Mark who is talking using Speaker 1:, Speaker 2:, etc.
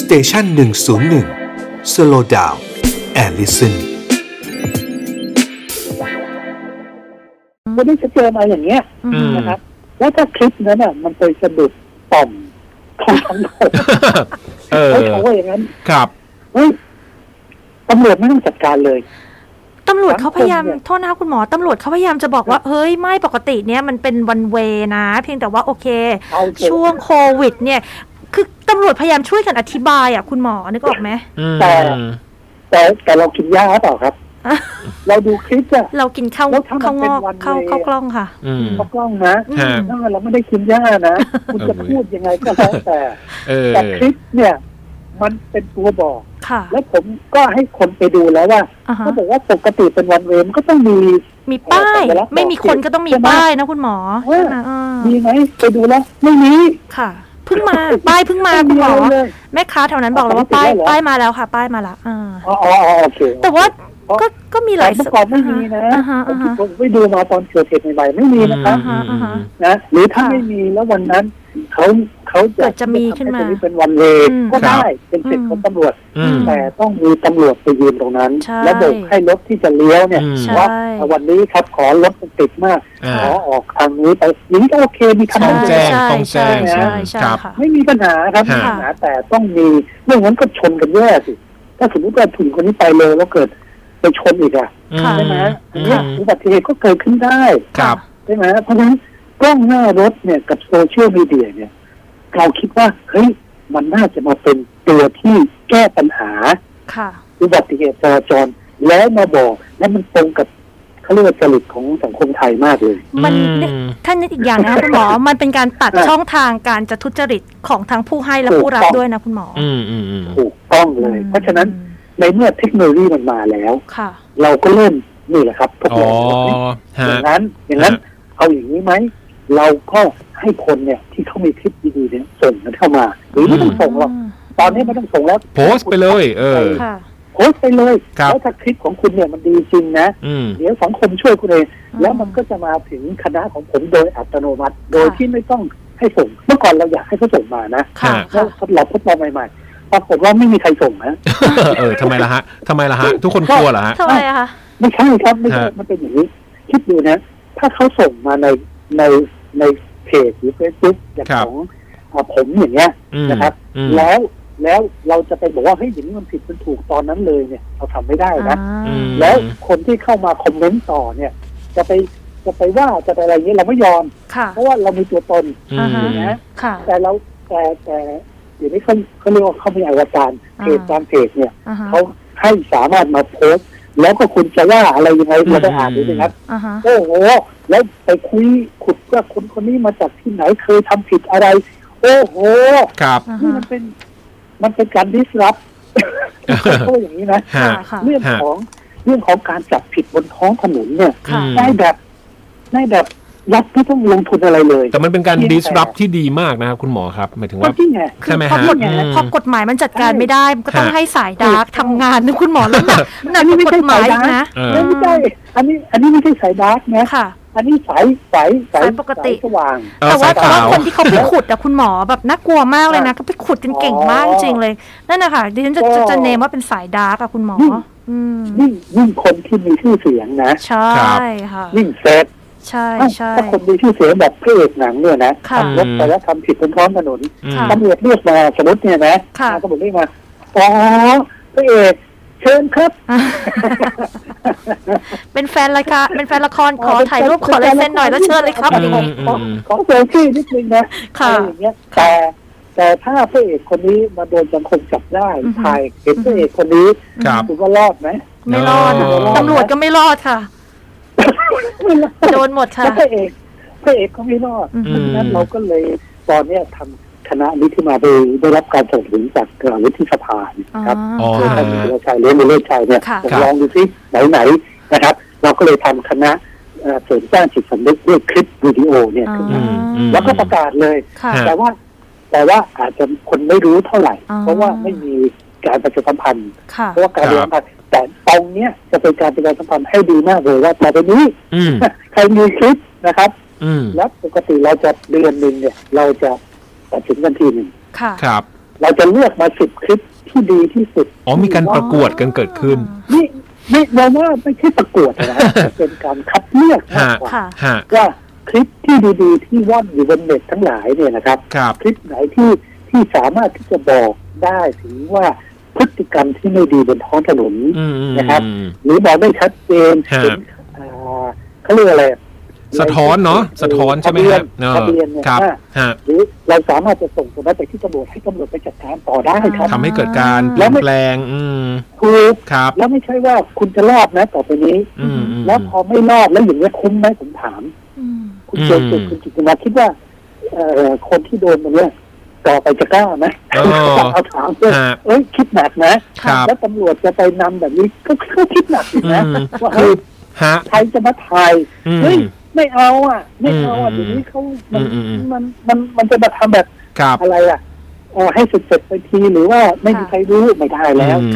Speaker 1: สเตชันหนึ่งศูนย์หนึ่งสโลดาวแอลลิสัน
Speaker 2: ไม่ได้จะเจอมาอย่างเงี้ย
Speaker 3: อืม
Speaker 2: นะครับ แล้วถ้าคลิปนั้นอ่ะ มันไปสะดุดต่อมของสังคม
Speaker 3: เออ
Speaker 2: เขาเขาว่าอย่างนั้น
Speaker 3: ครับ
Speaker 2: เฮ้ยตำรวจไม่ต้องจัดการเลย
Speaker 4: ตำรวจเขาพยายาม
Speaker 2: สังคมเนี่ย
Speaker 4: โทษนะคะคุณหมอตำรวจเขาพยายามจะบอกว่า เฮ้ย ไม่ปกติเนี่ยมันเป็นวันเวนะ เพียงแต่ว่าโอเค
Speaker 2: เอาเถอะ
Speaker 4: ช่วงโควิด เนี่ย คือตำรวจพยายามช่วยกันอธิบายอ่ะคุณหมอนึกออกไหม
Speaker 3: อืม
Speaker 2: แต่ แต่แต่เรากินยาหรือเปล่าครับ
Speaker 4: อ่ะ
Speaker 2: เราดูคลิปอ่ะ
Speaker 4: เรากินข้าว
Speaker 2: แล้วถ้ามั
Speaker 4: ข้าวน ง
Speaker 2: เป็น
Speaker 4: อก
Speaker 2: วัน
Speaker 4: ข้าว
Speaker 2: เว
Speaker 4: ข้าวกล้องค่ะ
Speaker 3: อืม
Speaker 2: เขากล้องนะ
Speaker 3: ฮะ
Speaker 2: ถ้าเราไม่ได้กินยานะ คุณจะ
Speaker 3: เออเว้ย
Speaker 2: พูดยังไงก็แล้วแต่
Speaker 3: เออ
Speaker 2: แต่คลิปเนี่ย มันเป็นตัวบอก
Speaker 4: ค่ะ
Speaker 2: แล้วผมก็ให้คนไปดูแล้วว่า
Speaker 4: อ่าฮะ
Speaker 2: เขาบอกว่าปกติเป็นวันเวรก็ต้องมี
Speaker 4: มีป้าย
Speaker 2: แต่ละบอก
Speaker 4: ไม่มีคนก็ต้องมี
Speaker 2: ใช่ไหม
Speaker 4: ป้ายนะคุณหมอ
Speaker 2: เออ
Speaker 4: ใช่ไหมอ่า
Speaker 2: มีไหมไปดูแล้วไม่มี
Speaker 4: ค่ะเพิ่งมาป้ายเพิ่งมา
Speaker 2: ไ
Speaker 4: คุณหมอ
Speaker 2: ะไรเลย
Speaker 4: แม่ค้าแถวนั้นบอกแล้วว่า
Speaker 2: ปกติ
Speaker 4: ป้า
Speaker 2: ได้เหรอ
Speaker 4: ยป้ายมาแล้วค่ะ ป้ายมาแล้วอ่า
Speaker 2: อ๋ออ๋ออ๋อโอเค
Speaker 4: แต่ว่า
Speaker 2: เพราะ
Speaker 4: ก็ก็มีหลาย
Speaker 2: แต่เมื่อก่อนไม่มีนะ
Speaker 4: อ่าฮะอ่าฮะ
Speaker 2: ผมไปดูมาตอนเกิดเหตุใหม่ๆไม่มีนะครับ
Speaker 4: อ่าฮะอ่าฮะ
Speaker 2: นะหรือถ้า
Speaker 4: ค่ะ
Speaker 2: ไม่มีแล้ววันนั้นเขาเขาจะ
Speaker 4: เกิดจะมีขึ้นมา
Speaker 2: ทำให้ตรงเป็นวันเลย
Speaker 4: อืม
Speaker 2: ก็ได้
Speaker 3: ครับ
Speaker 2: เป็นสิทธิ์ของตำรวจ
Speaker 3: อืม
Speaker 2: แต่ต้องมีตำรวจไปยืนตรงนั้น
Speaker 4: ใช่
Speaker 2: แล้วโบกให้รถที่จะเลี้ยวเนี่ย
Speaker 3: อืม
Speaker 4: ใช่
Speaker 2: ว่าวันนี้ครับขอรถมันติดมาก
Speaker 3: อ่า
Speaker 2: ขอออกทางนี้ไปนี้ก็โอเคมีคำแนะ
Speaker 4: ใช่
Speaker 3: แจ้
Speaker 2: น
Speaker 3: ง
Speaker 4: ใช่
Speaker 3: ต้องแจ้ง
Speaker 4: ใช่
Speaker 3: ใช่
Speaker 4: ใช่
Speaker 3: ครับ
Speaker 4: ค่ะ
Speaker 2: ำไม่มีปัญหาครับ
Speaker 3: ค่ะ
Speaker 2: ไม่มีปัญหาแต่ต้องมีเรื่องนั้นก็ชนกันแย่สิถ้าสมมติว่าผู้หญิงคนนี้ไปเลยแล้วเกิดไปชนอีกอะ
Speaker 3: อื
Speaker 4: ค่ะ
Speaker 2: ใช่ไหมอัน
Speaker 3: อื
Speaker 2: เนี้ย
Speaker 3: ม
Speaker 2: อุบัติเหตุก็เกิดขึ้นได้
Speaker 3: ครับ
Speaker 2: ใช่ไหมเพราะฉะนั้นกล้องหน้ารถเนี่ยกับโซเชียลมีเดียเนี่ย เราคิดว่าเฮ้ยมันน่าจะมาเป็นตัวที่แก้ปัญหา
Speaker 4: ค่ะ
Speaker 2: อุบัติเหตุจราจร แล้วมาบอกและมันตรงกับเขาเรียกว่าจริตของสังคมไทยมากเลย
Speaker 4: มัน
Speaker 3: อืม
Speaker 4: ท่านนึกอีกอย่างนะคะคุณหมอ มันเป็นการตัดช่องทางการจะทุจริตของทั้งผู้ให้และผู้รับ
Speaker 2: ถูกต้อง
Speaker 4: ด้วยนะคุณหมอ
Speaker 3: อืมอืมอืม
Speaker 2: ถูกต้องเลย เพราะฉะนั้น
Speaker 4: อืม
Speaker 2: ในเมื่อเทคโนโลยีมันมาแล้ว
Speaker 4: ค่ะ
Speaker 2: เราก็เริ่มนี่แหละครับพวก
Speaker 3: อ๋อ
Speaker 2: เราอ
Speaker 3: ฮะ
Speaker 2: ย่างนั้นอย่างนั้น
Speaker 3: ฮะ
Speaker 2: เอาอย่างนี้ไหมเราก็ให้คนเนี่ยที่เขามีคลิปดีๆเนี่ยส่งกันเข้ามาหรือไม่ต้องส่งหรอกตอนนี้ไม่ต้องส่งแล้ว
Speaker 3: โพสต์ไปเลย เออ
Speaker 4: ค่ะ
Speaker 2: โพสต์ไปเลย
Speaker 3: ครับ
Speaker 2: แล้วถ้าคลิปของคุณเนี่ยมันดีจริงนะ
Speaker 3: อืม
Speaker 2: เดี๋ยวสังคมช่วยคุณเอง
Speaker 4: อืม
Speaker 2: แล้วมันก็จะมาถึงคณะของผมโดยอัตโนมัติ โดย
Speaker 4: ค่ะ
Speaker 2: ที่ไม่ต้องให้ส่ง เมื่อก่อนเราอยากให้เขาส่งมานะ
Speaker 4: ค่ะ
Speaker 3: ฮะ
Speaker 2: แล้ว
Speaker 4: ค่ะ
Speaker 2: เราทดลองใหม่ๆปรากฏว่าไม่มีใครส่งนะ
Speaker 3: เออทำไมล่ะฮะทำไมล่ะฮะ ทุกคนกลัวเหรอฮะ
Speaker 4: ทำไมอะคะ
Speaker 2: ไม่ใช่ครับไม่ใช่
Speaker 3: ฮะ
Speaker 2: มันเป็นอย่างนี้ คิดดูนะ ถ้าเขาส่งมาในในในเพจหรือเฟซบุ๊กอย่างของอ่าผมอย่างเงี้ย
Speaker 3: อืม
Speaker 2: นะครับ
Speaker 3: อืม
Speaker 2: แล้วแล้วเราจะไปบอกว่าเฮ้ยอย่างนี้มันผิดมันถูกตอนนั้นเลยเนี่ย เราทำไม่ได้นะ
Speaker 3: อืม
Speaker 2: แล้วคนที่เข้ามาคอมเมนต์ต่อเนี่ย จะไปจะไปว่าจะไปอะไรเงี้ยเราไม่ยอม
Speaker 4: ค่ะ
Speaker 2: เพราะว่าเรามีตัวตน
Speaker 3: อื
Speaker 4: อ่าม ฮะ
Speaker 2: นะ
Speaker 4: ค่ะ
Speaker 2: แต่เราแต่แต่เดี๋ยวนี้เขาเขาเรียกว่าเขามีอวตาร
Speaker 4: อ่า
Speaker 2: เพจตามเพจเนี่ย
Speaker 4: อ่าฮะ
Speaker 2: เขาให้สามารถมาโพสต์ แล้วก็คุณจะว่าอะไรยังไง
Speaker 3: อืม
Speaker 2: เราไปอ่านดูนะครับ
Speaker 4: อ่าฮะ
Speaker 2: โอ้โหแล้วไปคุยขุดว่าคนคนนี้มาจากที่ไหนเคยทำผิดอะไร โอ้โห
Speaker 3: ครับ
Speaker 4: อ่า
Speaker 2: นี่
Speaker 4: ฮะ
Speaker 2: มันเป็น มันเป็นการดิส รับเขาว่าอย่างนี้นะ
Speaker 3: ฮะ
Speaker 4: ค่ะค่ะ
Speaker 2: เรื่อง
Speaker 3: ฮะ
Speaker 2: ของเรื่องของการจับผิดบนท้องถนนเนี่ย
Speaker 3: อืม
Speaker 2: ได้แบบได้แบบรัฐไม่ต้องลงทุนอะไรเลย
Speaker 3: แต่มันเป็นการดิสรับที่ดีมากนะครับคุณหมอครับ หมายถึง
Speaker 2: ก็
Speaker 3: ว่า
Speaker 2: ที่ไง
Speaker 4: คื
Speaker 3: ใช่
Speaker 4: อ
Speaker 3: ไหม
Speaker 4: พอ
Speaker 3: ฮะ
Speaker 4: กฎ
Speaker 3: อืม
Speaker 4: พอกฎหมายมันจัดการไม่ได้มันก็ต้อง
Speaker 3: ฮะ
Speaker 4: ให้สายดาร์กทำงานนะคุณหมอแล้วหนักหนักกว่ากฎหมายอีกนะ
Speaker 3: เออ
Speaker 2: ไม่ใช่อันนี้อันนี้ไม่ใช่สายดาร์กนะ
Speaker 4: ค่ะ
Speaker 2: อันนี้สายสาย
Speaker 4: สายปกติ
Speaker 2: สายสว่าง
Speaker 3: เออ
Speaker 4: แต่ว่าแต่
Speaker 3: สายขา
Speaker 4: ว่าว คนที่เขาไปขุดอะคุณหมอแบบน่ากลัวมากเลยนะเขาไปขุดกันเก่งมากจริงๆเลยนั่นนะคะดิฉันจะจะจะเนมว่าเป็นสายดาร์กอะคุณหมอ อืม
Speaker 2: ยิ่งยิ่งคนที่มีชื่อเสียงนะ
Speaker 4: ใช่
Speaker 3: ครับ
Speaker 4: ค่ะ
Speaker 2: ยิ่งเซต
Speaker 4: ใช่ใช่
Speaker 2: ถ้าคนมีชื่อเสียงแบบพระเอกหนังเนี่ยนะ
Speaker 4: ค่ะ
Speaker 2: ทำรถไปแล้วทำผิดบนท้องถนน
Speaker 3: อืม
Speaker 4: ค่ะ
Speaker 2: ตำรวจเรียกมาสมมติเนี่ยนะ
Speaker 4: ค่ะ
Speaker 2: ตำรวจเรียกมาอ๋อพระเอกเชิญครับ
Speaker 4: เป็นแฟนรายการเป็นแฟนละครขอถ่ายรูปขอลายเซ็นหน่อยแล้วเชิญเลยครับ
Speaker 3: อืม
Speaker 2: ขอขอเซลฟี่นิดนึงนะ
Speaker 4: ค่ะ
Speaker 2: อะไรอย่างเงี้ยแต่แต่ถ้าพระเอกคนนี้มาโดนสังคมจับได้
Speaker 4: อือฮึ
Speaker 2: ถ่ายเห็นพระเอกคนนี้
Speaker 3: ครับ
Speaker 2: คุณว่ารอดไหม
Speaker 4: ไม่รอดอะ
Speaker 2: เออ
Speaker 4: ตำรวจก็ไม่รอดค่ะ โดนหมดค่ะ
Speaker 2: แล้วพระเอกพระเอกก็ไม่รอด
Speaker 4: อืม
Speaker 2: เพราะฉะนั้นเราก็เลยตอนเนี้ยทำคณะนี้ที่มาไปได้รับการสนับสนุนจากเอ่อวุฒิสภาเนี่ย
Speaker 4: อ๋อ
Speaker 2: ครับ
Speaker 3: อ๋อ
Speaker 2: โดยท่านวิรชั
Speaker 4: ค่ะ
Speaker 2: ยเลี้ยงวิรชัยเนี่ย
Speaker 4: ค่ะ
Speaker 2: ผมลองดูซิไหนๆนะครับ เราก็เลยทำคณะเอ่อเสริมสร้างจิตสำนึกด้วยคลิปวิดีโอเนี่ย
Speaker 4: อ๋อ
Speaker 2: ขึ้น
Speaker 3: อื
Speaker 2: มา
Speaker 3: มอืม
Speaker 2: แล้วก็ประกาศเลย
Speaker 4: ค่ะ
Speaker 3: ฮะ
Speaker 2: แต่ว่าแต่ว่าอาจจะคนไม่รู้เท่าไหร่
Speaker 4: อ๋อ
Speaker 2: เพราะว่าไม่มีการประชาสัมพันธ์
Speaker 4: ค่ะ
Speaker 2: เพราะว่าการประชาสัมพันธ์แต่ตรงเนี้ยจะเป็นการประชาสัมพันธ์ให้ดีมากเลยว่าต่อไปนี้
Speaker 3: อืม
Speaker 2: ใครมีคลิปนะครับ
Speaker 3: อืม
Speaker 2: แล้วปกติเราจะเดือนหนึ่งเนี่ย เราจะตัดสินกันทีหนึ่ง
Speaker 4: ค่ะ
Speaker 3: ครับ
Speaker 2: เราจะเลือกมาสิบคลิปที่ดีที่สุด
Speaker 3: อ๋อมีการประกวดกันเกิดขึ้น
Speaker 2: นี่นี่เราว่าไม่ใช่ประกวด นะแต่เป็นการคัดเลือกมากกว่า
Speaker 4: ค่ะ
Speaker 3: ฮะ
Speaker 2: ว่าคลิปที่ดีๆที่ว่อนอยู่บนเน็ตทั้งหลายเนี่ยนะครับ
Speaker 3: ครับ
Speaker 2: คลิปไหนที่ที่สามารถที่จะบอกได้ถึงว่าพฤติกรรมที่ไม่ดีบนท้องถนน
Speaker 3: อืมอืม
Speaker 2: นะครับ
Speaker 3: อืม
Speaker 2: หรือบอกได้ชัดเจน
Speaker 3: ฮะ
Speaker 2: ถึงอ่าเขาเรียกอะไร
Speaker 3: สะท้อนเนาะสะท้อนใช่ไหมครับเอ
Speaker 2: ทะ
Speaker 3: อ
Speaker 2: เบียนเนี่ย
Speaker 3: ครับ
Speaker 2: ว่า
Speaker 3: ฮะ
Speaker 2: หรือเราสามารถจะส่งตัวนั้นไปที่ตำรวจให้ตำรวจไปจัดการต่อได้ครับ
Speaker 3: ทำให้เกิดการเป
Speaker 4: แล้
Speaker 3: ลี่
Speaker 4: วย
Speaker 3: น
Speaker 4: ไม่
Speaker 3: แปลง อืม
Speaker 2: ถูก
Speaker 3: ครับ
Speaker 2: แล้วไม่ใช่ว่าคุณจะรอดนะต่อไปนี้
Speaker 3: อืมอืม
Speaker 2: แล้วพอไม่รอดแล้วอย่างนี้ยคุ้มไหมผมถาม
Speaker 4: อืม
Speaker 2: คุณเจนจิตคุณจิตนาคิดว่าเอ่อคนที่โดนมันเนี่ยต่อไปจะกล้าไหม
Speaker 3: อ๋อ
Speaker 2: เอาถามเลย
Speaker 3: ฮะ
Speaker 2: เอ้ยคิดหนักนะครับ แล้วตำรวจจะไปนำแบบนี้ก็ก็คิดหนักอีกนะ
Speaker 3: อืม
Speaker 2: ว่า
Speaker 3: คื
Speaker 2: เฮ้
Speaker 3: อย ฮะ
Speaker 2: ใครจะมาถ่าย
Speaker 3: อืม
Speaker 2: เฮ้ยไม่เอาอ่ะ ไม่เอาอ่ะ
Speaker 3: อืม
Speaker 2: ทีนี้เขามัน
Speaker 3: อืมอืม
Speaker 2: มันมันมันจะมาทำแบบ
Speaker 3: ครับ
Speaker 2: อะไรอ่ะเออให้เสร็จๆไปทีหรือว่าไม่มีใครรู้ไม่ได้แล้ว
Speaker 3: อืม